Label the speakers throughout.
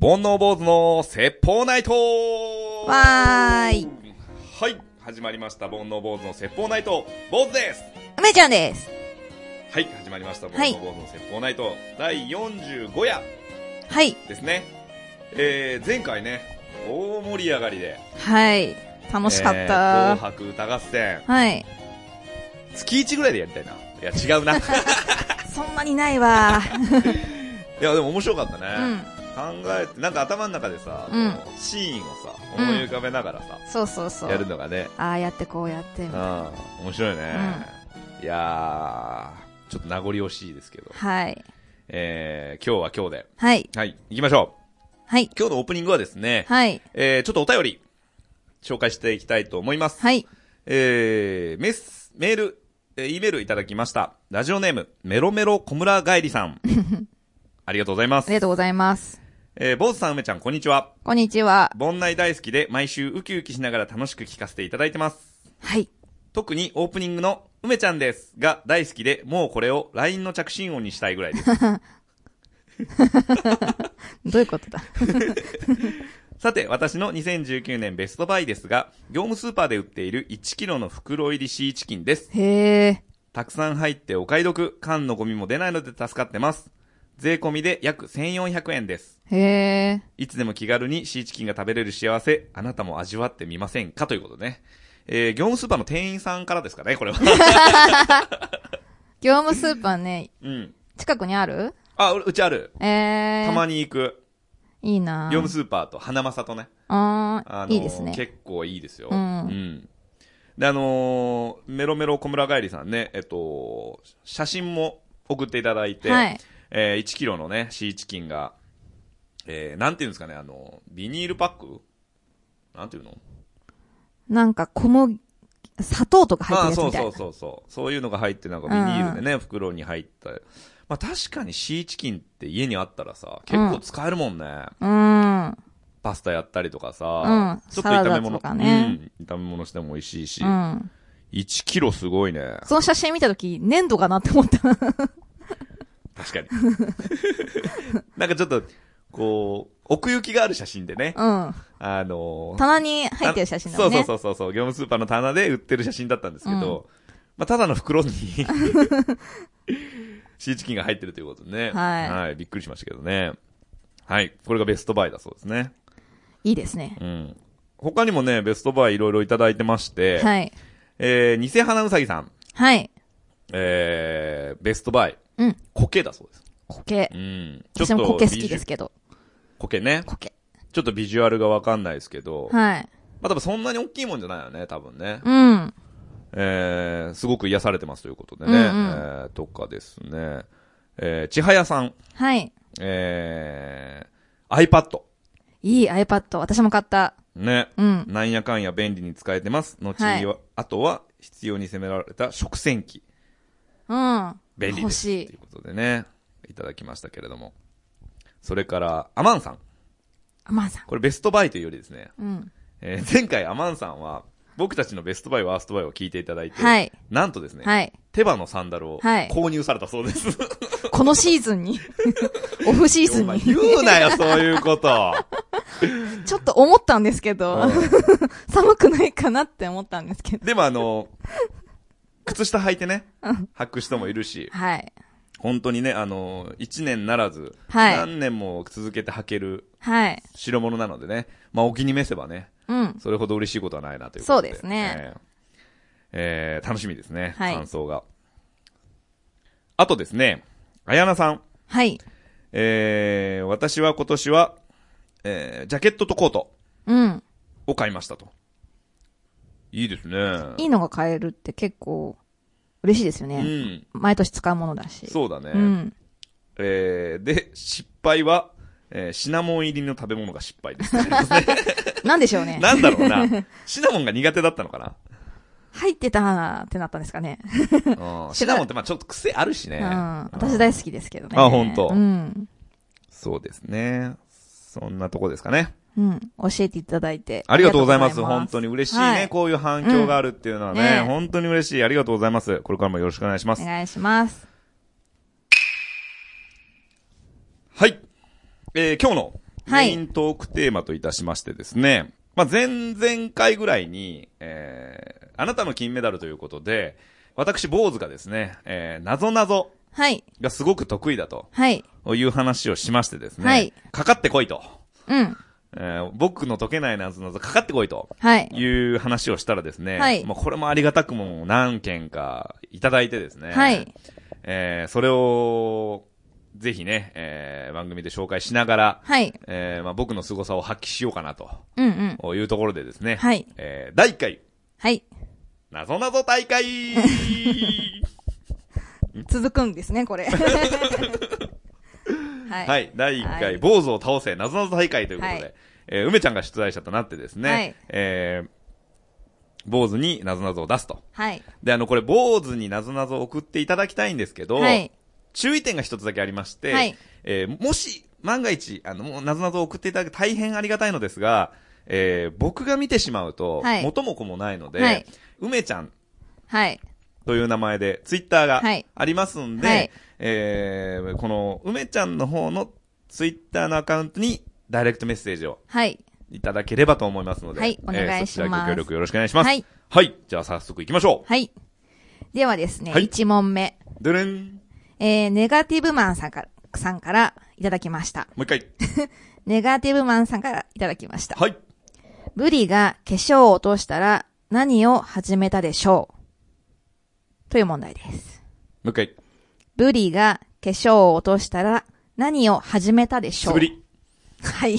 Speaker 1: 煩悩坊主の説法ナイト
Speaker 2: わーい。
Speaker 1: はい、始まりました。煩悩坊主の説法ナイト、坊主です
Speaker 2: 梅ちゃんです。
Speaker 1: はい、始まりました。煩
Speaker 2: はい
Speaker 1: 悩坊主の説法ナイト、第45夜
Speaker 2: はい。
Speaker 1: ですね。えー、前回ね、大盛り上がりで、
Speaker 2: はい。楽しかっ
Speaker 1: えー紅
Speaker 2: た。
Speaker 1: 白歌合戦、
Speaker 2: はい。
Speaker 1: 月1ぐらいでやりたいな。いや、違 うな。い
Speaker 2: そんなにな いわ。
Speaker 1: や、でも面白かった
Speaker 2: う
Speaker 1: ね。
Speaker 2: ん。
Speaker 1: 考えて、なんか頭の中でさ、
Speaker 2: うん
Speaker 1: こうシーンをさ、思い浮かべながらさ、
Speaker 2: そうそうそ
Speaker 1: やる
Speaker 2: う。
Speaker 1: のがね、
Speaker 2: ああやってこうやって。
Speaker 1: うん、面白いね。いやー、ちょっと名残惜しいですけど。
Speaker 2: はい。
Speaker 1: えー、今日は今日
Speaker 2: はい。
Speaker 1: で。はい、行きましょう。
Speaker 2: はい。
Speaker 1: 今日のオープニングはですね、
Speaker 2: はい。
Speaker 1: えー、ちょっとお便り、紹介していきたいと思います。
Speaker 2: はい。
Speaker 1: えー、メス、メール、えー、E メールいただきました。ラジオネーム、メロメロ小村帰りさ ん。ありがとうございま
Speaker 2: あり
Speaker 1: す。
Speaker 2: がとうございます。
Speaker 1: えー、坊主さん、梅ちゃん、こんにちは。
Speaker 2: こんにちは。
Speaker 1: 盆内大好きで、毎週ウキウキしながら楽しく聞かせていただいてます。
Speaker 2: はい。
Speaker 1: 特にオープニングの梅ちゃんですが大好きで、もうこれを LINE の着信音にしたいぐらいです。
Speaker 2: どういうことだ
Speaker 1: さて、私の2019年ベストバイですが、業務スーパーで売っている1キロの袋入りシーチキンです。
Speaker 2: へえ。
Speaker 1: たくさん入ってお買い得、缶のゴミも出ないので助かってます。税込みで約1400円です。
Speaker 2: へえ。
Speaker 1: いつでも気軽にシーチキンが食べれる幸せ、あなたも味わってみませんかということでね。えー、業務スーパーの店員さんからですかね、これは。
Speaker 2: 業務スーパーね、
Speaker 1: うん。
Speaker 2: 近くにある
Speaker 1: あ、ううちある。
Speaker 2: ええ。
Speaker 1: たまに行く。
Speaker 2: いいな
Speaker 1: 業務スーパーと花正とね。
Speaker 2: あ
Speaker 1: あ
Speaker 2: あ、
Speaker 1: の
Speaker 2: いいですね。
Speaker 1: 結構いいですよ。
Speaker 2: うん
Speaker 1: で、あのーメロメロ小村帰りさんね、えっと、写真も送っていただいて、
Speaker 2: はい
Speaker 1: えー1キロのね、シーチキンが、えーなんていうんですかね、あの、ビニールパックなんていうの
Speaker 2: なんか小麦、砂糖とか入って
Speaker 1: あ
Speaker 2: るやつ
Speaker 1: ー
Speaker 2: みたい
Speaker 1: そ
Speaker 2: な
Speaker 1: う。そうそうそう。そういうのが入って、なんかビニールでね、袋に入った。まあ確かにシーチキンって家にあったらさ、結構使えるもんね。
Speaker 2: うん。
Speaker 1: パスタやったりとかさ、
Speaker 2: うん
Speaker 1: ちょっと炒め
Speaker 2: サラダ
Speaker 1: 物
Speaker 2: とかね
Speaker 1: うん、炒め物しても美味しいし、
Speaker 2: うん。
Speaker 1: 1キロすごいね。
Speaker 2: その写真見たとき、粘土かなって思った。
Speaker 1: 確かに。 なんかちょっと、こう、奥行きがある写真でね。
Speaker 2: うん。
Speaker 1: あのー
Speaker 2: 棚に入ってる写真だ
Speaker 1: そ
Speaker 2: も
Speaker 1: うん
Speaker 2: ね。
Speaker 1: そうそうそう。業務スーパーの棚で売ってる写真だったんですけど、まあ、ただの袋に、シーチキンが入ってるということでね。
Speaker 2: はい
Speaker 1: びっくりしましたけどね。はい。これがベストバイだそうですね。
Speaker 2: いいですね。
Speaker 1: うん。他にもね、ベストバイいろいろいただいてまして、
Speaker 2: はい。
Speaker 1: えー、偽花うさぎさん、
Speaker 2: はい。
Speaker 1: えー、ベストバイ、
Speaker 2: うん。
Speaker 1: 苔だそうです。
Speaker 2: 苔
Speaker 1: う。ん。
Speaker 2: 私も苔好き
Speaker 1: ビジ
Speaker 2: で
Speaker 1: ュ
Speaker 2: すけど。
Speaker 1: 苔ね。
Speaker 2: 苔。
Speaker 1: ちょっとビジュアルがわかんないですけど、ま
Speaker 2: はい。
Speaker 1: あ多分そんなに大きいもんじゃないよね、多分ね。
Speaker 2: うん。
Speaker 1: えー、すごく癒されてますということでね。
Speaker 2: うんうん
Speaker 1: えー、とかですね。えー、ちはやさん、
Speaker 2: はい。
Speaker 1: えー、iPad。
Speaker 2: いい iPad。私も買った。
Speaker 1: ね。
Speaker 2: うん。
Speaker 1: なんやかんや便利に使えてます。後には、あとは必要に責められた食洗機。
Speaker 2: うん。
Speaker 1: 便利で
Speaker 2: 欲
Speaker 1: す。
Speaker 2: し
Speaker 1: ということでね。いただきましたけれども。それから、アマンさん。
Speaker 2: アマンさん。
Speaker 1: これベストバイというよりですね。
Speaker 2: うん。
Speaker 1: えー前回アマンさんは、僕たちのベストバイ、ワーストバイを聞いていただいて、
Speaker 2: はい
Speaker 1: なんとですね、
Speaker 2: はい。
Speaker 1: 手羽のサンダルを
Speaker 2: はい
Speaker 1: 購入されたそうです。
Speaker 2: このシーズ ンに。オフシーズ
Speaker 1: お
Speaker 2: ン
Speaker 1: 前
Speaker 2: に。
Speaker 1: 言うなよ、 そういうこと。
Speaker 2: ちょっと思ったんですけど、
Speaker 1: う
Speaker 2: 寒くないかなって思ったんですけど
Speaker 1: ん。でもあの、靴下履いてね、履く人もいるし、
Speaker 2: はい。
Speaker 1: 本当にね、あの、一年ならず、
Speaker 2: はい
Speaker 1: 何年も続けて履ける
Speaker 2: はい。
Speaker 1: 代物なのでね、まあ、お気に召せばね、
Speaker 2: うん。
Speaker 1: それほど嬉しいことはないなということで。
Speaker 2: そうですね。
Speaker 1: えーえー楽しみですね、
Speaker 2: はい
Speaker 1: 感想が。あとですね、あやなさん。
Speaker 2: はい。
Speaker 1: えー、私は今年は、えー、ジャケットとコート
Speaker 2: うん。
Speaker 1: を買いましたと。いいですね。
Speaker 2: いいのが買えるって結構、嬉しいですよ
Speaker 1: う
Speaker 2: ね。
Speaker 1: ん。
Speaker 2: 毎年使うものだし。
Speaker 1: そうだね。
Speaker 2: うん。
Speaker 1: えー、で、失敗は、えー、シナモン入りの食べ物が失 敗です。
Speaker 2: なんでしょうね。
Speaker 1: なんだろうな。シナモンが苦手だったのかな
Speaker 2: 入ってたーってなったんですかね。
Speaker 1: うんシナモンってまあちょっと癖あるしね。
Speaker 2: うん。
Speaker 1: う
Speaker 2: 私
Speaker 1: ん
Speaker 2: 大好きですけどね。
Speaker 1: あほんと
Speaker 2: うん。
Speaker 1: そうですね。そんなとこですかね。
Speaker 2: うん。教えていただいて。
Speaker 1: ありがとうございます。本当
Speaker 2: に。
Speaker 1: に嬉しいね、
Speaker 2: はい
Speaker 1: こういう反響があるっていうのはね、
Speaker 2: うんね
Speaker 1: 本当に嬉しい。ありがとうございます。これからもよろしくお願いしま
Speaker 2: お
Speaker 1: す。
Speaker 2: 願いします。
Speaker 1: はい。えー、今日の
Speaker 2: はい
Speaker 1: メイントークテーマといたしましてですね、まあ、前々回ぐらいに、えー、あなたの金メダルということで、私、坊主がですね、えー、謎謎
Speaker 2: はい。
Speaker 1: がすごく得意だと
Speaker 2: はい。
Speaker 1: いう話をしましてですね、
Speaker 2: はい
Speaker 1: かかってこいと、
Speaker 2: うん。
Speaker 1: えー、僕の解けない謎謎かかってこいと
Speaker 2: はい。
Speaker 1: いう話をしたらですね、
Speaker 2: はい
Speaker 1: まあ、これもありがたくも何件かいただいてですね、
Speaker 2: はい。
Speaker 1: えー、それを、ぜひね、えー、番組で紹介しながら、
Speaker 2: はい。
Speaker 1: えー、まあ僕の凄さを発揮しようかなと
Speaker 2: うんうん。
Speaker 1: いうところでですね、
Speaker 2: はい
Speaker 1: えー、第1回、
Speaker 2: はい。
Speaker 1: なぞなぞ大会
Speaker 2: 続くんです ね、これ。はい。
Speaker 1: はい、第1
Speaker 2: は
Speaker 1: 回、
Speaker 2: い
Speaker 1: 坊主を倒せ、なぞなぞ大会ということで、
Speaker 2: はい
Speaker 1: えー梅ちゃんが出題者となってですね、
Speaker 2: はい
Speaker 1: えー、坊主になぞなぞを出すと。
Speaker 2: はい。
Speaker 1: で、あの、これ、坊主になぞなぞを送っていただきたいんですけど、
Speaker 2: はい
Speaker 1: 注意点が一つだけありまして、
Speaker 2: はい
Speaker 1: えーもし、万が一、あの、もうなぞなぞを送っていただく大変ありがたいのですが、えー僕が見てしまうと、
Speaker 2: はい
Speaker 1: 元も子もないので、
Speaker 2: はい
Speaker 1: 梅ちゃん
Speaker 2: はい。
Speaker 1: という名前で、ツイッターが
Speaker 2: はい
Speaker 1: ありますんで、
Speaker 2: はい
Speaker 1: えーこの、梅ちゃんの方のツイッターのアカウントに、ダイレクトメッセージを
Speaker 2: はい。
Speaker 1: いただければと思いますので、
Speaker 2: はいお願いしま
Speaker 1: えーそ
Speaker 2: す
Speaker 1: ちらご協力よろしくお願いします。
Speaker 2: はい。
Speaker 1: はい。じゃあ早速行きましょ
Speaker 2: はい。ではですね、
Speaker 1: はい
Speaker 2: 1問目。
Speaker 1: う。ドゥルン。
Speaker 2: えー、ネガティブマンさんから、さんからいただきました。
Speaker 1: もう一回。
Speaker 2: ネガティブマンさんからいただきました。
Speaker 1: はい。
Speaker 2: ブリが化粧を落としたら何を始めたでしょうという問題です。
Speaker 1: もう一回。
Speaker 2: ブリが化粧を落としたら何を始めたでしょ
Speaker 1: 素
Speaker 2: う
Speaker 1: 振り。
Speaker 2: はい。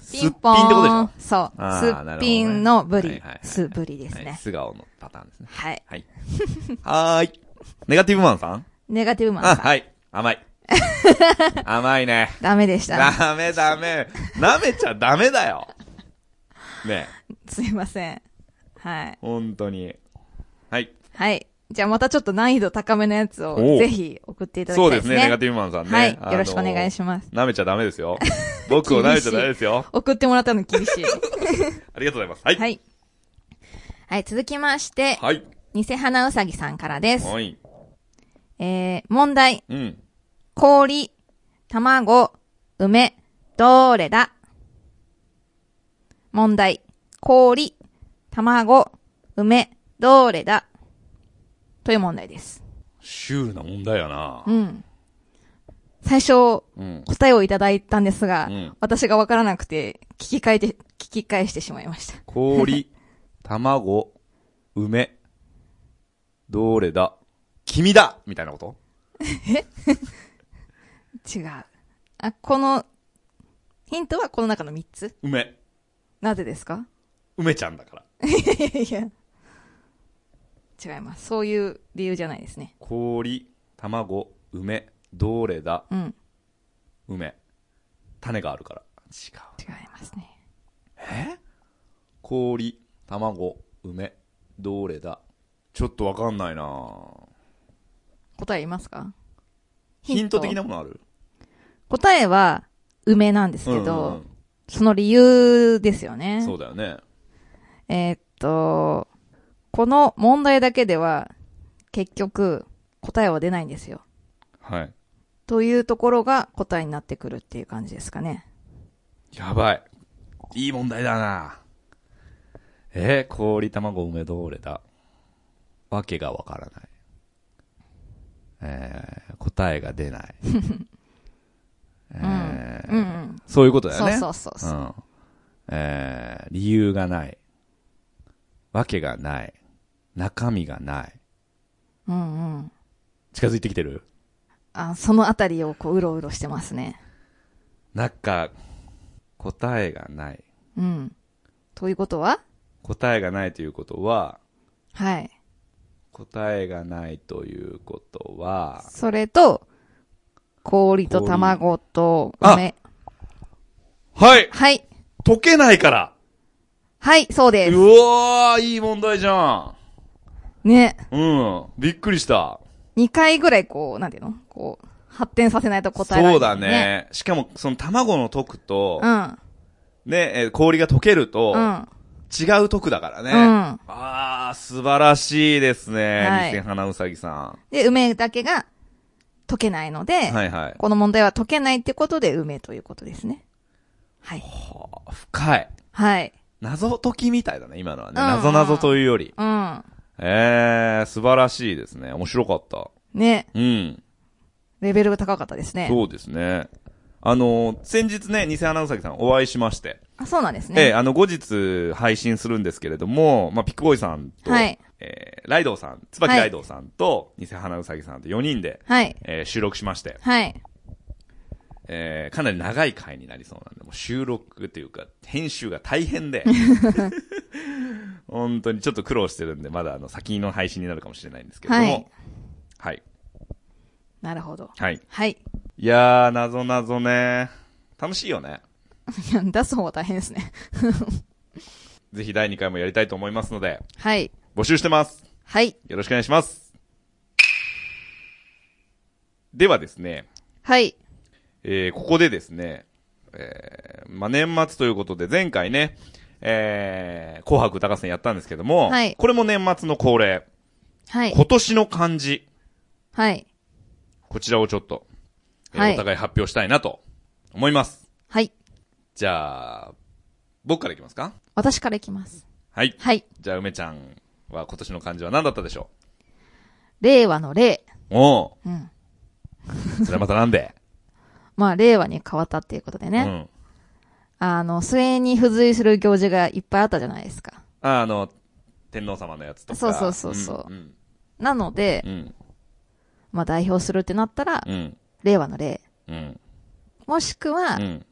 Speaker 1: すっぴんってことでしょ
Speaker 2: ピンポーンそう。
Speaker 1: あー
Speaker 2: すっぴんのブ
Speaker 1: なる
Speaker 2: リ
Speaker 1: ほどねはいはいはい。
Speaker 2: すぶりです
Speaker 1: はい
Speaker 2: ね。
Speaker 1: 素顔のパターンですね。
Speaker 2: はい。
Speaker 1: はい。はーい。ネガティブマンさん
Speaker 2: ネガティブマンさ
Speaker 1: あ、
Speaker 2: ん。
Speaker 1: はい。甘 い。甘いね。
Speaker 2: ダメでした。
Speaker 1: ダメダメ。舐めちゃダメだよ。ねえ
Speaker 2: すいません。はい。
Speaker 1: 本当に。はい。
Speaker 2: はい。じゃあまたちょっと難易度高めのやつを
Speaker 1: おう
Speaker 2: ぜひ送っていただ
Speaker 1: そう
Speaker 2: きたい
Speaker 1: で
Speaker 2: ですす
Speaker 1: ね、
Speaker 2: ね。
Speaker 1: ネガティブマンさんね。
Speaker 2: はい
Speaker 1: あの
Speaker 2: よろしくお願いします
Speaker 1: 舐めちゃダメです よ。僕を舐めちゃダメですよ。
Speaker 2: 送ってもらったの厳しい。
Speaker 1: ありがとうございます。はい。
Speaker 2: はい。はい、続きまして、
Speaker 1: はい。
Speaker 2: 偽花うさぎさんからです。
Speaker 1: はい。
Speaker 2: えー、問題。
Speaker 1: うん。
Speaker 2: 氷、卵、梅、どれだ問題。氷、卵、梅、どれだという問題です。
Speaker 1: シュールな問題やな
Speaker 2: う。ん。最初、
Speaker 1: うん。
Speaker 2: 答えをいただいたんですが、
Speaker 1: うん
Speaker 2: 私がわからなくて、聞き換えて、聞き返してしまいました。
Speaker 1: 氷、 卵、梅、どれだ、君だみたいなこと
Speaker 2: 違う。あ、この、ヒントはこの中の3つ
Speaker 1: 梅、
Speaker 2: なぜですか
Speaker 1: 梅ちゃんだから。
Speaker 2: いやいや。違います。そういう理由じゃないですね。
Speaker 1: 氷、卵、梅、どれだ、
Speaker 2: うん。
Speaker 1: 梅。種があるから。違う。
Speaker 2: 違いますね。
Speaker 1: 氷、卵、梅、どれだちょっとわかんないな
Speaker 2: 答えいますか
Speaker 1: ヒント的なものある
Speaker 2: 答えは、梅なんですけど、
Speaker 1: うんうん
Speaker 2: その理由ですよ
Speaker 1: う
Speaker 2: ね
Speaker 1: ん、。そうだよね。
Speaker 2: えーっと、この問題だけでは、結局、答えは出ないんですよ。
Speaker 1: はい。
Speaker 2: というところが答えになってくるっていう感じですかね。
Speaker 1: やばい。いい問題だなえー、氷、卵、梅、どれだわけがわからない。えー、答えが出 ない。えー
Speaker 2: うんうん。
Speaker 1: そういうことだよ
Speaker 2: そう
Speaker 1: ね。
Speaker 2: そうそうそう。
Speaker 1: ん。えー、理由がない。わけがない。中身がない。
Speaker 2: うんうん。
Speaker 1: 近づいてきてる
Speaker 2: あそのあたりをこう、うろうろしてますね。
Speaker 1: なんか、答えがない。
Speaker 2: うん。ということは
Speaker 1: 答えがないということは、
Speaker 2: はい。
Speaker 1: 答えがないということは、
Speaker 2: それと、氷と卵と梅。
Speaker 1: はい
Speaker 2: はい。
Speaker 1: 解けないから
Speaker 2: はい、そう
Speaker 1: う
Speaker 2: です。
Speaker 1: わーいい問題じゃん
Speaker 2: ね。
Speaker 1: うん。びっくりした。
Speaker 2: 2回ぐらいこう、なんていうのこう、発展させないと答えられない、
Speaker 1: そうだ。ね。しかも、その卵の解くと
Speaker 2: う、ん。
Speaker 1: ね、えー氷が溶けると、
Speaker 2: うん。
Speaker 1: 違う解くだからね。
Speaker 2: うん
Speaker 1: あー、素晴らしいですね。
Speaker 2: はい
Speaker 1: 偽花うさぎさ
Speaker 2: で、梅だけが解けないので、
Speaker 1: ん。はいはい。
Speaker 2: この問題は解けないってことで梅ということですね。はい。
Speaker 1: はあ、深い。
Speaker 2: はい。
Speaker 1: 謎解きみたいだね、今のはね。
Speaker 2: うん
Speaker 1: 謎謎というより。
Speaker 2: うん。
Speaker 1: えー、素晴らしいですね。面白かった。
Speaker 2: ね、
Speaker 1: うん。
Speaker 2: レベルが高かったですね。
Speaker 1: そうですね。あの、先日ね、偽アナウンサーさんお会いしまして。
Speaker 2: あ、そうなんです
Speaker 1: ええ
Speaker 2: ね。
Speaker 1: あの、後日配信するんですけれども、まあ、ピックボーイさんと、
Speaker 2: はい
Speaker 1: えーライドウさん、椿ライドウさんと、ニセハナウサギさんと4人で、
Speaker 2: はい。
Speaker 1: えー収録しまして、
Speaker 2: はい。
Speaker 1: えーかなり長い回になりそうなんで、もう収録というか、編集が大変 で、本当にちょっと苦労してるんで、まだあの、先の配信になるかもしれないんですけれども、はい。
Speaker 2: なるほど。
Speaker 1: はい。
Speaker 2: はい。
Speaker 1: いやー、なぞなぞね、楽しいよね。
Speaker 2: いや出す方は大変ですね。
Speaker 1: ぜひ第2回もやりたいと思いますので、
Speaker 2: はい。
Speaker 1: 募集してます。
Speaker 2: はい。
Speaker 1: よろしくお願いします。ではですね、
Speaker 2: はい。
Speaker 1: えーここでですね、えーまあ、年末ということで、前回ね、えー紅白歌合戦やったんですけども、
Speaker 2: はい
Speaker 1: これも年末の恒例、
Speaker 2: はい。
Speaker 1: 今年の漢字、
Speaker 2: はい。
Speaker 1: こちらをちょっと、えー
Speaker 2: はい
Speaker 1: お互い発表したいなと思います。
Speaker 2: はい。
Speaker 1: じゃあ、僕からいきますか
Speaker 2: 私からいきます。
Speaker 1: はい。
Speaker 2: はい。
Speaker 1: じゃあ、梅ちゃんは今年の漢字は何だったでしょ
Speaker 2: 令和の令。
Speaker 1: うおう
Speaker 2: うん。
Speaker 1: それはまたなんで
Speaker 2: まあ、令和に変わったっていうことで
Speaker 1: う
Speaker 2: ね。
Speaker 1: ん。
Speaker 2: あの、末に付随する行事がいっぱいあったじゃないですか。
Speaker 1: ああの、天皇様のやつとか。
Speaker 2: そうそうそうそ
Speaker 1: う
Speaker 2: う
Speaker 1: ん。
Speaker 2: なので、
Speaker 1: うん。
Speaker 2: まあ、代表するってなったら、
Speaker 1: うん。
Speaker 2: 令和の令。
Speaker 1: うん。
Speaker 2: もしくは
Speaker 1: う、ん。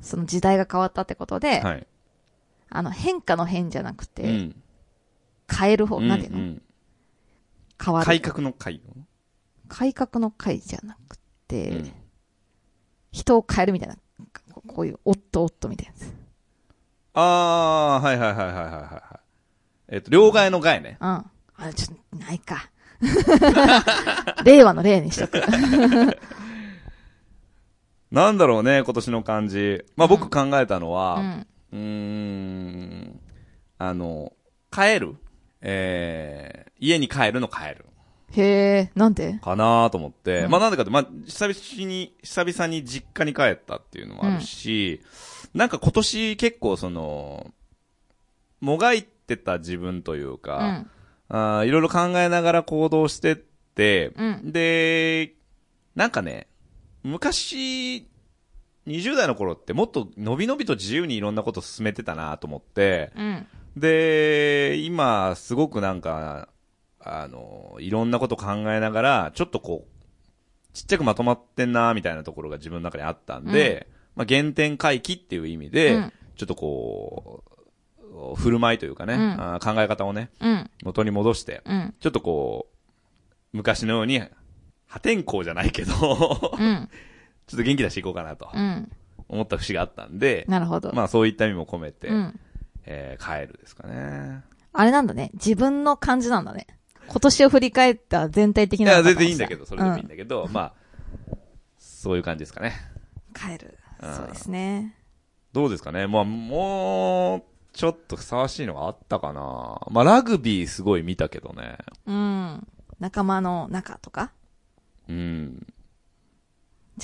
Speaker 2: その時代が変わったってことで、
Speaker 1: はい。
Speaker 2: あの、変化の変じゃなくて、
Speaker 1: うん。
Speaker 2: 変える方、なんていううの
Speaker 1: ん
Speaker 2: 変わる。
Speaker 1: 改革の改
Speaker 2: 改革の会じゃなくて、
Speaker 1: うん
Speaker 2: 人を変えるみたいな、ここういう、おっとおっとみたいなやつ。
Speaker 1: ああ、はいはいはいはいはいはい。えっと、両替の概ね。
Speaker 2: うん。あ、ちょっと、な いか。令和の令にしとく。
Speaker 1: なんだろうね、今年の漢字。まあ、
Speaker 2: う
Speaker 1: 僕考えたの
Speaker 2: う
Speaker 1: は、
Speaker 2: ん。
Speaker 1: うーん、あの、帰る。えー、家に帰るの帰る。
Speaker 2: へえ、なんで
Speaker 1: かなと思って、
Speaker 2: うん
Speaker 1: まあなんでかって、まあ、久々に、久々に実家に帰ったっていうのもあるし、なんか今年結構その、もがいてた自分という
Speaker 2: う
Speaker 1: か、
Speaker 2: ん。
Speaker 1: あーいろいろ考えながら行動してって、
Speaker 2: うん
Speaker 1: で、なんかね、昔、20代の頃ってもっと伸び伸びと自由にいろんなこと進めてたなと思って、
Speaker 2: うん。
Speaker 1: で、今、すごくなんか、あの、いろんなこと考えながら、ちょっとこう、ちっちゃくまとまってんな、みたいなところが自分の中にあったんで、まあ、原点回帰っていう意味で、
Speaker 2: うん
Speaker 1: ちょっとこう、振る舞いというかね、
Speaker 2: うん
Speaker 1: あー考え方をね、
Speaker 2: うん。
Speaker 1: 元に戻して、
Speaker 2: うん。
Speaker 1: ちょっとこう、昔のように、破天荒じゃないけど、ち ょ
Speaker 2: うん。
Speaker 1: っと元気出していこうかなと
Speaker 2: うん。
Speaker 1: 思った節があったんで、
Speaker 2: なるほど。
Speaker 1: まあそういった意味も込めて、
Speaker 2: うん。
Speaker 1: えー帰るですかね。
Speaker 2: あれなんだね。自分の感じなんだね。今年を振り返った全体的
Speaker 1: い
Speaker 2: な
Speaker 1: や、
Speaker 2: のか
Speaker 1: 全
Speaker 2: と思ってた。
Speaker 1: 然いいんだけど、それでもいいんだけど、まあ、そういう感じですかね。
Speaker 2: うん。変える
Speaker 1: う。ん
Speaker 2: そうですね。
Speaker 1: どうですかねまあ、もう、ちょっとふさわしいのがあったかな。まあ、ラグビーすごい見たけどね。
Speaker 2: うん。仲間の中とか
Speaker 1: うん。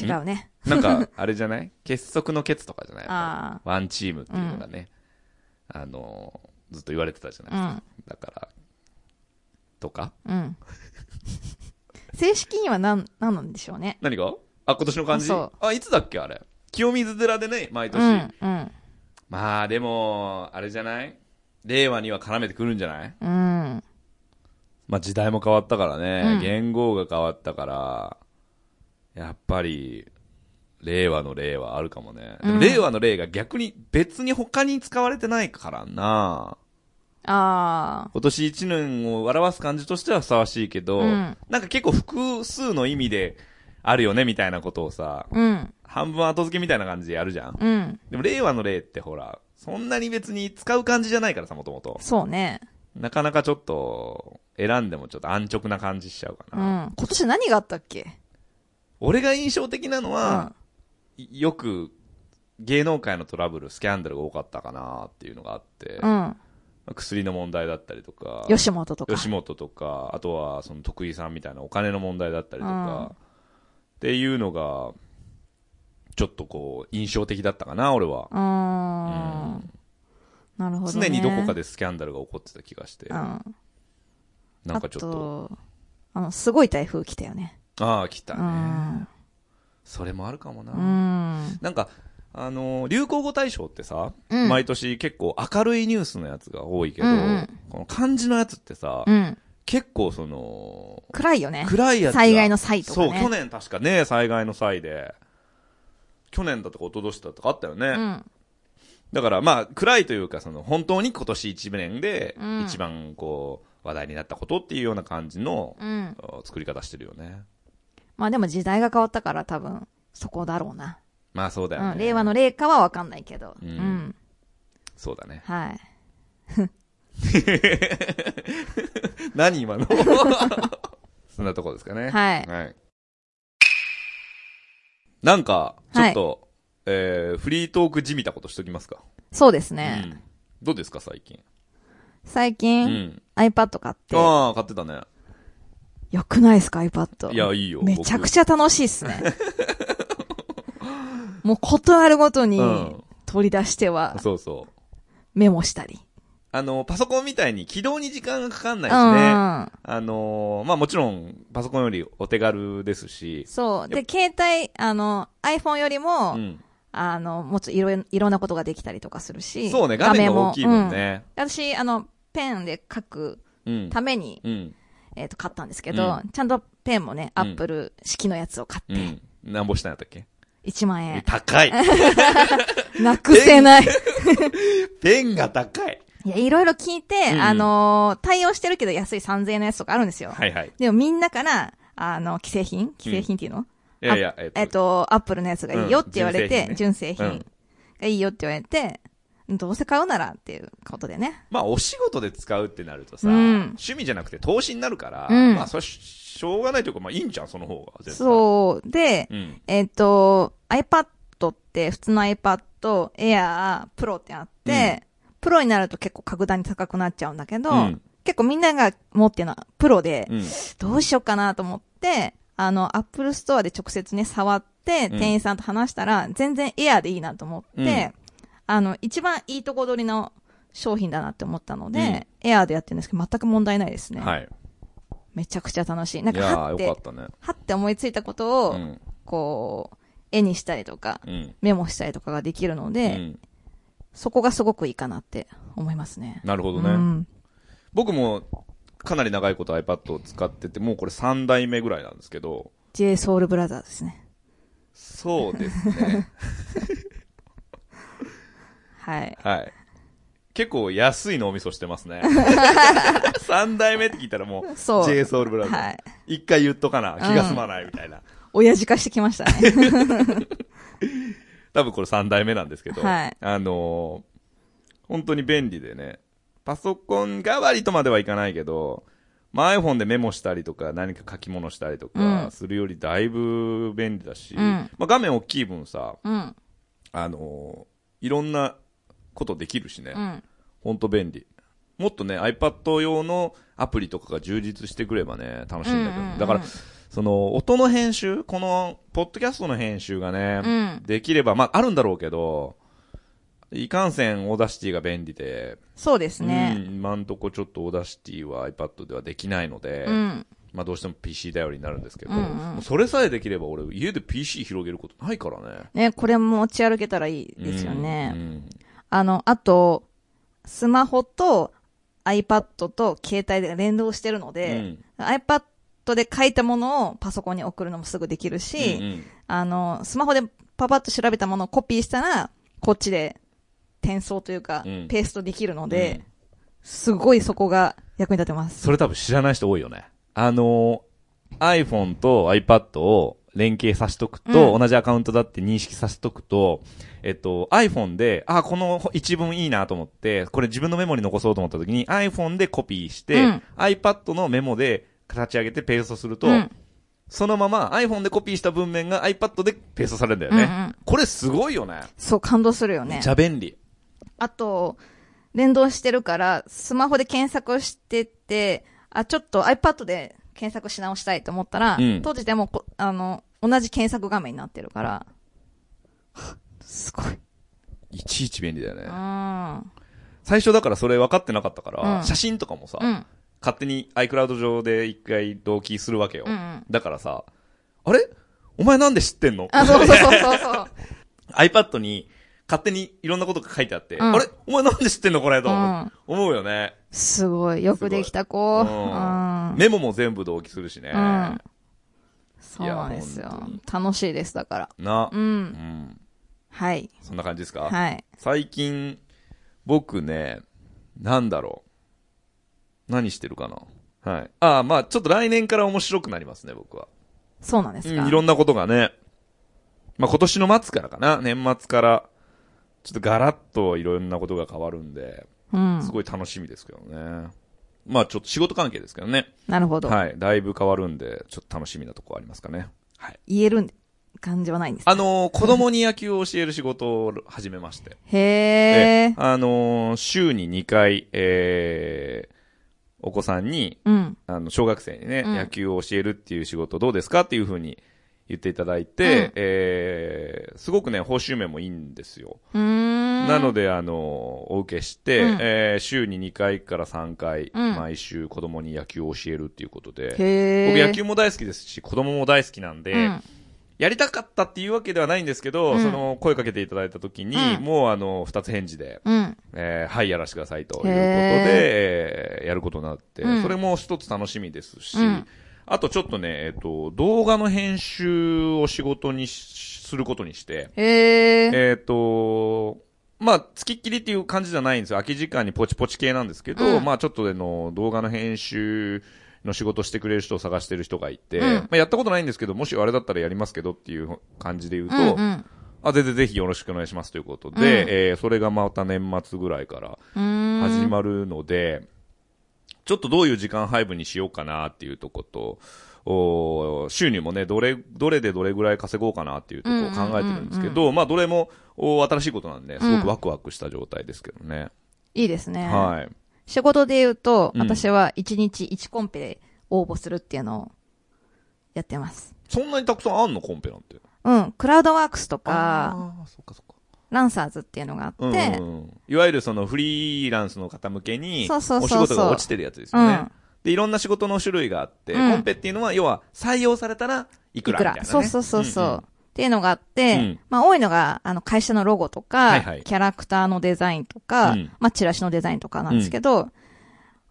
Speaker 2: 違うね。
Speaker 1: なん か、あれじゃない結束の結とかじゃないやっぱ
Speaker 2: あ
Speaker 1: りワンチームっていうのがね、あのー、ずっと言われてたじゃないですか。
Speaker 2: あ。
Speaker 1: だから、とか
Speaker 2: うん。 うん。正式にはなん、なんなんでしょうね。
Speaker 1: 何があ、今年の感じ
Speaker 2: そう
Speaker 1: あ、いつだっけあれ。清水寺でね、毎
Speaker 2: う
Speaker 1: 年。
Speaker 2: ん。うん。
Speaker 1: まあ、でも、あれじゃない令和には絡めてくるんじゃない
Speaker 2: うん。
Speaker 1: まあ時代も変わったからね、
Speaker 2: うん
Speaker 1: 元号が変わったから、やっぱり、令和の令和あるかもね。でも
Speaker 2: うん
Speaker 1: 令和の令が逆に別に他に使われてないからな。
Speaker 2: あ
Speaker 1: 今年一年を表す感じとしてはふさわしいけど、
Speaker 2: うん
Speaker 1: なんか結構複数の意味であるよねみたいなことをさ
Speaker 2: あ。、うん。
Speaker 1: 半分後付けみたいな感じでやるじゃん。
Speaker 2: うん。
Speaker 1: でも令和の令ってほら、そんなに別に使う感じじゃないからさ、もともと。
Speaker 2: そうね。
Speaker 1: なかなかちょっと、選んでもちょっと安直な感じしちゃうか
Speaker 2: う
Speaker 1: な。
Speaker 2: ん。今年何があったっけ
Speaker 1: 俺が印象的なの
Speaker 2: う
Speaker 1: は
Speaker 2: ん、。
Speaker 1: いよく芸能界のトラブル、スキャンダルが多かったかなっていうのがあって、
Speaker 2: うん。
Speaker 1: 薬の問題だったりとか、
Speaker 2: 吉本とか。
Speaker 1: 吉本とか、あとはその徳井さんみたいなお金の問題だったりとか、っていうのが、ちょっとこう、印象的だったかな、俺は。
Speaker 2: あー。なるほど、ね。
Speaker 1: 常にどこかでスキャンダルが起こってた気がして
Speaker 2: う、ん。
Speaker 1: なんかちょっと、
Speaker 2: あと、あの、すごい台風来たよね。
Speaker 1: ああ、来た
Speaker 2: う
Speaker 1: ね。
Speaker 2: ん。
Speaker 1: それもあるかもな。
Speaker 2: うん。
Speaker 1: なんか、あのー流行語大賞ってさ、
Speaker 2: うん
Speaker 1: 毎年結構明るいニュースのやつが多いけど、
Speaker 2: うんうん
Speaker 1: この漢字のやつってさ、
Speaker 2: うん。
Speaker 1: 結構その、
Speaker 2: 暗いよね。
Speaker 1: 暗いやつが
Speaker 2: 災害の際とかね
Speaker 1: そう、去年確かね、災害の際で。去年だとか一昨年だとかあったよね。
Speaker 2: うん。
Speaker 1: だからまあ、暗いというか、その、本当に今年一年で
Speaker 2: う、ん
Speaker 1: 一番こう、話題になったことっていうような感じの、
Speaker 2: うん。
Speaker 1: あ作り方してるよね。
Speaker 2: まあでも時代が変わったから多分、そこだろうな。
Speaker 1: まあそうだよね。
Speaker 2: うん。令和の令和はわかんないけど。
Speaker 1: う
Speaker 2: うんん。
Speaker 1: そうだね。
Speaker 2: はい。
Speaker 1: 何今の そんなとこですかね。
Speaker 2: はい。
Speaker 1: はい。なんか、ちょっと、えー、フリートークじみたことしときますか。
Speaker 2: そうですね。
Speaker 1: うん。どうですか、最近。
Speaker 2: 最
Speaker 1: う
Speaker 2: 近、
Speaker 1: ん。
Speaker 2: iPad 買って。
Speaker 1: ああ、買ってたね。
Speaker 2: よくないですか ?iPad。
Speaker 1: いや、いいよ。
Speaker 2: めちゃくちゃ楽しいっ すね。もうことあるごとに
Speaker 1: うん
Speaker 2: 取り出しては
Speaker 1: 僕そうそう。
Speaker 2: メモしたり。
Speaker 1: あの、パソコンみたいに起動に時間がかかんな
Speaker 2: う
Speaker 1: いしね。
Speaker 2: ん。
Speaker 1: あのー、まあもちろん、パソコンよりお手軽ですし。
Speaker 2: そう。で、携帯、あの、iPhone よりも、
Speaker 1: うん。
Speaker 2: あの、もうちょっといろいろいろんなことができたりとかするし。
Speaker 1: そうね、画面が大きいもん
Speaker 2: うん
Speaker 1: ね。
Speaker 2: 私、あの、ペンで書く
Speaker 1: うん。
Speaker 2: ために、
Speaker 1: うん。
Speaker 2: えっ、と、買ったんですけど、ちゃんとペンもね、
Speaker 1: うん
Speaker 2: Apple 式のやつを買っ
Speaker 1: う
Speaker 2: て、
Speaker 1: ん。なんぼしたんやったっけ
Speaker 2: 1万円。
Speaker 1: 高 い。
Speaker 2: なくせない。
Speaker 1: ペンが高い。
Speaker 2: いや、いろいろ聞いて、
Speaker 1: うん
Speaker 2: あのー対応してるけど安い3000円のやつとかあるんですよ。
Speaker 1: はいはい。
Speaker 2: でもみんなから、あの、既製品既製品っていうの、
Speaker 1: いやいや、えっ
Speaker 2: えっと、アップルのやつがいいよって言われて、
Speaker 1: うん純
Speaker 2: 純正品,、
Speaker 1: うん
Speaker 2: がいいよって言われて、どうせ買うならっていうことでね。
Speaker 1: まあ、お仕事で使うってなるとさ、
Speaker 2: うん
Speaker 1: 趣味じゃなくて投資になるから、
Speaker 2: うん
Speaker 1: まあ、それししょうがないというか、まあ、いいんじゃん、その方が。絶対
Speaker 2: そう。で、
Speaker 1: うん。
Speaker 2: えっと、iPad って、普通の iPad、Air、Pro ってあって、プロになると結構格段に高くなっちゃうんだけど、
Speaker 1: うん
Speaker 2: 結構みんなが持ってるのはプロで、
Speaker 1: うん。
Speaker 2: どうしようかなと思って、あの、アップルストアで直接ね、触って、
Speaker 1: うん
Speaker 2: 店員さんと話したら、全然エアーでいいなと思って、
Speaker 1: うん
Speaker 2: あの、一番いいとこ取りの商品だなって思ったので、エアーでやってるんですけど、全く問題ないですね。
Speaker 1: はい。
Speaker 2: めちゃくちゃ楽しい。なん
Speaker 1: い
Speaker 2: か、
Speaker 1: や
Speaker 2: はっ
Speaker 1: ー、よか
Speaker 2: て
Speaker 1: っ、たね。
Speaker 2: はって思いついたことを、
Speaker 1: うん。
Speaker 2: こう、絵にしたりとか、
Speaker 1: うん。
Speaker 2: メモしたりとかができるの
Speaker 1: う
Speaker 2: で、
Speaker 1: ん。
Speaker 2: そこがすごくいいかなって思いますね。
Speaker 1: なるほど
Speaker 2: う
Speaker 1: ね。
Speaker 2: ん。
Speaker 1: 僕も、かなり長いこと iPad を使ってて、もうこれ3代目ぐらいなんですけど、
Speaker 2: J Soul Brother ですね。
Speaker 1: そうですね。
Speaker 2: は い。
Speaker 1: はい。結構安い脳みそしてます ね。3代目って聞いたらもう、
Speaker 2: そう
Speaker 1: j s o u l b r o t h
Speaker 2: はい。
Speaker 1: 一回言っとかな、気が済まないみたいな。
Speaker 2: 親父化してきました ね。
Speaker 1: 多分これ3代目なんですけど、
Speaker 2: はい
Speaker 1: あのー本当に便利でね、パソコン代わりとまではいかないけど、まあ、iPhone でメモしたりとか何か書き物したりと
Speaker 2: う
Speaker 1: か
Speaker 2: ん
Speaker 1: するよりだいぶ便利だし、
Speaker 2: うん
Speaker 1: まあ、画面大きい分さ、
Speaker 2: うん。
Speaker 1: あのーいろんなことできるしね、
Speaker 2: うん。
Speaker 1: ほんと便利。もっとね、iPad 用のアプリとかが充実してくればね、楽しいんだけど、
Speaker 2: うんうんうん
Speaker 1: だから、その、音の編集この、ポッドキャストの編集がね、
Speaker 2: うん
Speaker 1: できれば、まあ、あるんだろうけど、いかんせん、オーダーシティが便利で、
Speaker 2: そうです
Speaker 1: う
Speaker 2: ね。
Speaker 1: ん、今んとこちょっとオーダーシティは iPad ではできないので、
Speaker 2: うん。
Speaker 1: まあ、どうしても PC 頼りになるんですけど、
Speaker 2: うんうん
Speaker 1: もうそれさえできれば俺、家で PC 広げることないからね。
Speaker 2: ね、これ持ち歩けたらいいですよね。
Speaker 1: うん
Speaker 2: あの、あと、スマホと iPad と携帯で連動してるの
Speaker 1: う
Speaker 2: で、
Speaker 1: ん
Speaker 2: iPad で書いたものをパソコンに送るのもすぐできるし、
Speaker 1: うんうん
Speaker 2: あの、スマホでパパッと調べたものをコピーしたら、こっちで転送というか、
Speaker 1: うん
Speaker 2: ペーストできるの
Speaker 1: う
Speaker 2: で
Speaker 1: ん、
Speaker 2: すごいそこが役に立てます。
Speaker 1: それ多分知らない人多いよね。あのー、iPhone と iPad を連携させとくと、
Speaker 2: うん
Speaker 1: 同じアカウントだって認識させとくと、えっと、iPhone で、あ、この一文いいなと思って、これ自分のメモに残そうと思った時に iPhone でコピーして、
Speaker 2: うん
Speaker 1: iPad のメモで立ち上げてペーストすると、
Speaker 2: うん
Speaker 1: そのまま iPhone でコピーした文面が iPad でペーストされるんだよね。
Speaker 2: うんうん
Speaker 1: これすごいよね。
Speaker 2: そう、感動するよね。
Speaker 1: めちゃ便利。
Speaker 2: あと、連動してるから、スマホで検索してて、あ、ちょっと iPad で検索し直したいと思ったら、
Speaker 1: うん
Speaker 2: 閉じてもこ、あの、同じ検索画面になってるから、すごい。うん。
Speaker 1: いちいち便利だよね。
Speaker 2: あ
Speaker 1: 最初だからそれ分かってなかったから、
Speaker 2: うん
Speaker 1: 写真とかもさ、
Speaker 2: うん。
Speaker 1: 勝手に iCloud 上で一回同期するわけよ。
Speaker 2: うんうん
Speaker 1: だからさ、あれお前なんで知ってんの
Speaker 2: あ、そうそうそうそう そう。
Speaker 1: iPad に勝手にいろんなことが書いてあって、
Speaker 2: うん
Speaker 1: あれお前なんで知ってんのこれと
Speaker 2: うん
Speaker 1: 思うよね。
Speaker 2: すごい。よくできた子。う
Speaker 1: すごいうん
Speaker 2: ん。
Speaker 1: メモも全部同期するしね。
Speaker 2: うん。そうなんです
Speaker 1: いや
Speaker 2: よ
Speaker 1: 本。
Speaker 2: 楽しいです、だから。
Speaker 1: な、
Speaker 2: う。
Speaker 1: うんん。
Speaker 2: はい。
Speaker 1: そんな感じですか、
Speaker 2: はい。
Speaker 1: 最近、僕ね、なんだろう。何してるかなはい。ああ、まあちょっと来年から面白くなりますね、僕は。
Speaker 2: そうなんですか。
Speaker 1: うん、いろんなことがね。まあ今年の末からかな。年末から、ちょっとガラッといろんなことが変わるんで、
Speaker 2: うん
Speaker 1: すごい楽しみですけどね。まあちょっと仕事関係ですけどね。
Speaker 2: なるほど。
Speaker 1: はい。だいぶ変わるんで、ちょっと楽しみなとこありますかね。はい。
Speaker 2: 言える感じはないんです。
Speaker 1: あのー子供に野球を教える仕事を始めまして。
Speaker 2: へ
Speaker 1: え
Speaker 2: ー。
Speaker 1: あのー週に2回、えー、お子さんに、
Speaker 2: うん。
Speaker 1: あの、小学生にね、
Speaker 2: うん
Speaker 1: 野球を教えるっていう仕事どうですかっていうふうに言っていただいて、
Speaker 2: うん
Speaker 1: えー、すごくね、報酬面もいいんですよ。
Speaker 2: うーん。
Speaker 1: なので、あの、お受けして、
Speaker 2: うん
Speaker 1: えー週に2回から3回、
Speaker 2: うん
Speaker 1: 毎週子供に野球を教えるっていうことで、
Speaker 2: へー。
Speaker 1: 僕野球も大好きですし、子供も大好きなんで、
Speaker 2: うん
Speaker 1: やりたかったっていうわけではないんですけど、
Speaker 2: うん
Speaker 1: その、声かけていただいた時に、
Speaker 2: うん
Speaker 1: もうあの、二つ返事で、
Speaker 2: うん。
Speaker 1: えーはい、やらせてくださいということ
Speaker 2: へ
Speaker 1: で、
Speaker 2: ー
Speaker 1: えーやることになって、
Speaker 2: うん
Speaker 1: それも一つ楽しみですし、
Speaker 2: うん
Speaker 1: あとちょっとね、えっ、と、動画の編集を仕事にしすることにして、
Speaker 2: へー。
Speaker 1: えっ、と、まあ、つきっきりっていう感じじゃないんですよ。空き時間にポチポチ系なんですけど、
Speaker 2: うん
Speaker 1: まあ、ちょっとあの、動画の編集の仕事してくれる人を探してる人がいて、
Speaker 2: うん
Speaker 1: まあ、やったことないんですけど、もしあれだったらやりますけどっていう感じで言うと、
Speaker 2: うんうん。
Speaker 1: あ、全然ぜひよろしくお願いしますということで、
Speaker 2: うん
Speaker 1: えーそれがまた年末ぐらいから
Speaker 2: うーん
Speaker 1: 始まるので、ちょっとどういう時間配分にしようかなっていうとこと、おー収入もね、どれ、どれでどれぐらい稼ごうかなっていうとこを考えてるんですけど、まあどれもおー新しいことなんで、すごくワクワクした状態ですけどね。
Speaker 2: いいですね。
Speaker 1: はい。
Speaker 2: 仕事で言うと、
Speaker 1: うん
Speaker 2: 私は1日1コンペで応募するっていうのをやってます。
Speaker 1: そんなにたくさんあんのコンペなんて。
Speaker 2: うん。クラウドワークスとか、
Speaker 1: あー、そっかそっか。
Speaker 2: ランサーズっていうのがあって、
Speaker 1: うんうんうん、いわゆるそのフリーランスの方向けに、
Speaker 2: そうそうそうそう
Speaker 1: お仕事が落ちてるやつですよね。
Speaker 2: うん
Speaker 1: で、いろんな仕事の種類があって、
Speaker 2: うん
Speaker 1: コンペっていうのは、要は採用されたらいくらみたいな、ね。
Speaker 2: そうそうそうそう。
Speaker 1: んん
Speaker 2: っていうのがあって、
Speaker 1: うん
Speaker 2: まあ多いのが、あの会社のロゴとか、
Speaker 1: はいはい
Speaker 2: キャラクターのデザインとか、
Speaker 1: うん
Speaker 2: まあチラシのデザインとかなんですけど、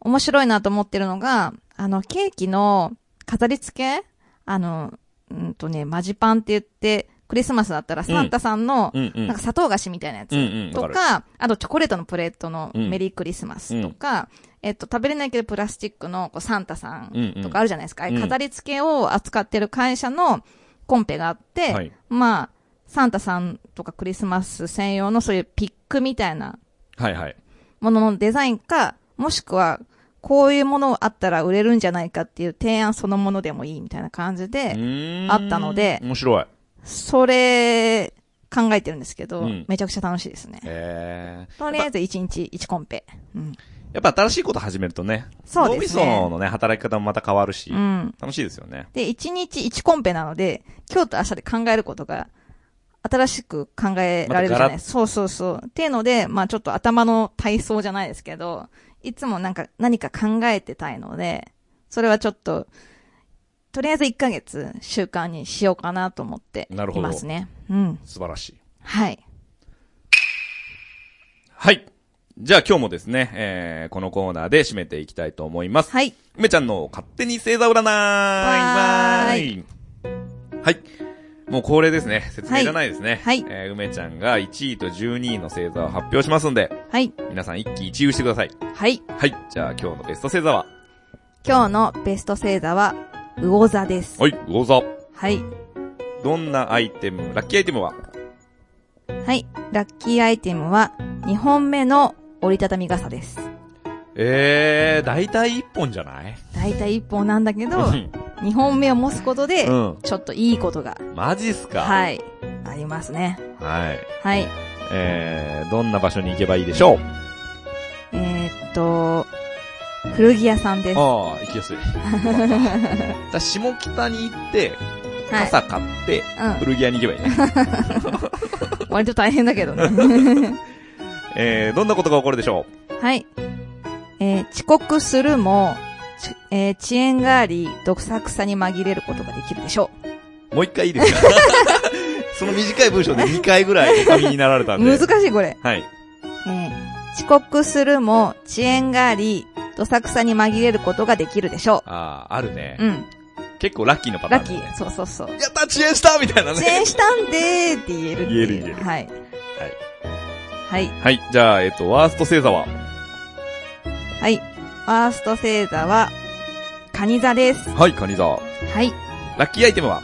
Speaker 2: 面白いなと思ってるのが、あのケーキの飾り付けあの、うんとね、マジパンって言って、クリスマスだったらサンタさんの、
Speaker 1: うんうん
Speaker 2: なんか砂糖菓子みたいなやつ
Speaker 1: うんうん
Speaker 2: と
Speaker 1: わ
Speaker 2: か、あとチョコレートのプレートの
Speaker 1: うん
Speaker 2: メリークリスマスとか、えっと、食べれないけどプラスチックのこうサンタさ
Speaker 1: うんうん
Speaker 2: んとかあるじゃないですか。ああいう
Speaker 1: うん
Speaker 2: 飾り付けを扱ってる会社のコンペがあって、
Speaker 1: はい
Speaker 2: まあ、サンタさんとかクリスマス専用のそういうピックみたいな
Speaker 1: はいはい。
Speaker 2: もののデザインか、もしくは、こういうものあったら売れるんじゃないかっていう提案そのものでもいいみたいな感じ
Speaker 1: う
Speaker 2: で、
Speaker 1: ーん
Speaker 2: あったので
Speaker 1: 面白い。
Speaker 2: それ、考えてるんですけど、
Speaker 1: うん
Speaker 2: めちゃくちゃ楽しいですね。
Speaker 1: えー
Speaker 2: とりあえず1日1コンペ。うん。
Speaker 1: やっぱ新しいこと始めるとね、
Speaker 2: そうですね
Speaker 1: 脳みそのね、働き方もまた変わるし、
Speaker 2: うん。
Speaker 1: 楽しいですよね。
Speaker 2: で、1日1コンペなので、今日と明日で考えることが、新しく考えられるじゃないですか。そうそうそう。っていうので、まあちょっと頭の体操じゃないですけど、いつもなんか何か考えてたいので、それはちょっと、とりあえず1ヶ月習慣にしようかなと思って
Speaker 1: なるほ
Speaker 2: い
Speaker 1: ど
Speaker 2: ますね。うん。
Speaker 1: 素晴らしい。
Speaker 2: はい。
Speaker 1: はい。じゃあ今日もですね、えー、このコーナーで締めていきたいと思います。
Speaker 2: はい。
Speaker 1: 梅ちゃんの勝手に星座占い
Speaker 2: わー
Speaker 1: いはい。もう恒例ですね。説明いらないですね。
Speaker 2: はいはい
Speaker 1: えー梅ちゃんが1位と12位の星座を発表しますんで、
Speaker 2: はい。
Speaker 1: 皆さん一喜一憂してください。
Speaker 2: はい。
Speaker 1: はい。じゃあ今日のベスト星座は
Speaker 2: 今日のベスト星座は、魚座です。
Speaker 1: はい、魚座。
Speaker 2: はい。
Speaker 1: どんなアイテムラッキーアイテムは
Speaker 2: はい。ラッキーアイテムは、2本目の折りたたみ傘です。
Speaker 1: えー、だいたい1本じゃない
Speaker 2: 大体1本なんだけど、
Speaker 1: ん
Speaker 2: 2本目を持つことで、
Speaker 1: うん
Speaker 2: ちょっといいことが、
Speaker 1: マジっすかい。
Speaker 2: はい、ありますね。
Speaker 1: はい。
Speaker 2: はい。
Speaker 1: えー、どんな場所に行けばいいでしょう
Speaker 2: えーっと、古着屋さんです。
Speaker 1: ああ、行きやすい。だから下北に行って、
Speaker 2: はい
Speaker 1: 傘買って、
Speaker 2: うん
Speaker 1: 古着屋に行けばいい ね。
Speaker 2: 割と大変だけどね。
Speaker 1: えー、どんなことが起こるでしょ
Speaker 2: はい。えー遅刻するも、ちえー遅延があり、どさくさに紛れることができるでしょ
Speaker 1: うもう一回いいです かその短い文章で2回ぐらいお紙になられた
Speaker 2: う。
Speaker 1: んで
Speaker 2: 難。しいこれ。
Speaker 1: はい。
Speaker 2: えー遅刻するも、遅延があり、どさくさに紛れることができるでしょ
Speaker 1: あー、あるね
Speaker 2: う。。うん。
Speaker 1: 結構ラッキーなパター
Speaker 2: ラ
Speaker 1: ン
Speaker 2: ッ
Speaker 1: だ
Speaker 2: キ
Speaker 1: ね。
Speaker 2: ー。そうそうそう。
Speaker 1: やった遅延したみたいな
Speaker 2: 遅
Speaker 1: ね。
Speaker 2: 延したんでーって言えるっていう。
Speaker 1: 言える言える
Speaker 2: はい。はい。
Speaker 1: はい。じゃあ、えっと、ワースト星座は
Speaker 2: はい。ワースト星座は、カニ座です。
Speaker 1: はい、カニ座。
Speaker 2: はい。
Speaker 1: ラッキーアイテムは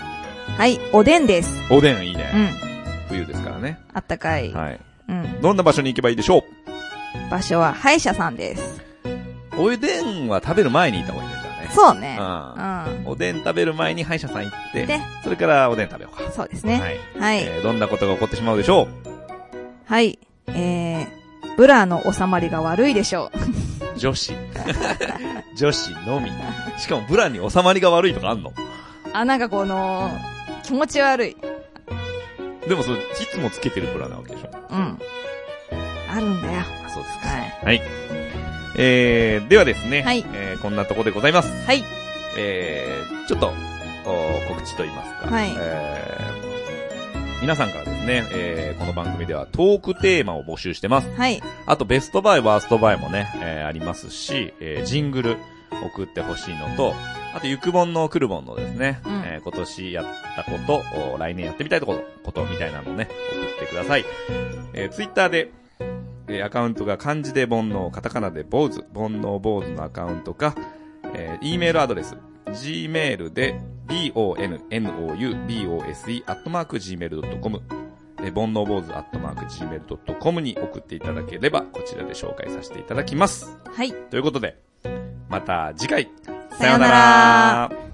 Speaker 2: はい。おでんです。
Speaker 1: おでんいいうね。
Speaker 2: ん。
Speaker 1: 冬ですからね。
Speaker 2: あったかい。
Speaker 1: はい。
Speaker 2: うん。
Speaker 1: どんな場所に行けばいいでしょう
Speaker 2: 場所は歯医者さんです。
Speaker 1: おでんは食べる前に行った方がいいね、じゃあね。
Speaker 2: そうね。う
Speaker 1: うん
Speaker 2: ん。
Speaker 1: おでん食べる前に歯医者さん行って、
Speaker 2: で
Speaker 1: それからおでん食べようか。
Speaker 2: そうですね。
Speaker 1: はい、
Speaker 2: はい。
Speaker 1: えーどんなことが起こってしまうでしょ
Speaker 2: はい。えー、ブラの収まりが悪いでし ょう。
Speaker 1: う女 子。女子のみ。しかもブラに収まりが悪いとかあんの
Speaker 2: あ、なんかこの、気持ち悪い。
Speaker 1: でもそれ、いつもつけてるブラなわけでしょ
Speaker 2: うん。あるんだよ。
Speaker 1: あ、そうですか。
Speaker 2: はい。
Speaker 1: はい。えー、ではですね。
Speaker 2: はい
Speaker 1: えーこんなとこでございます。
Speaker 2: はい。
Speaker 1: えー、ちょっと、お告知と言いますか。
Speaker 2: はい
Speaker 1: えー皆さんからですね、えー、この番組ではトークテーマを募集してます。
Speaker 2: はい。
Speaker 1: あと、ベストバイ、ワーストバイもね、えーありますし、えージングル送ってほしいのと、あと、ゆくぼんのくるぼんのですね、
Speaker 2: うん
Speaker 1: えー今年やったこと、お来年やってみたいこと、ことみたいなのをね、送ってください。えー、ツイッターで、えーアカウントが漢字で煩悩、カタカナで坊主、煩悩坊主のアカウントか、えー、E メールアドレス、gmail で、bonnoubose、アットマーク gmail.com、えー、煩悩坊主アットマーク gmail.com に送っていただければ、こちらで紹介させていただきます。
Speaker 2: はい。
Speaker 1: ということで、また次回、
Speaker 2: さようなら。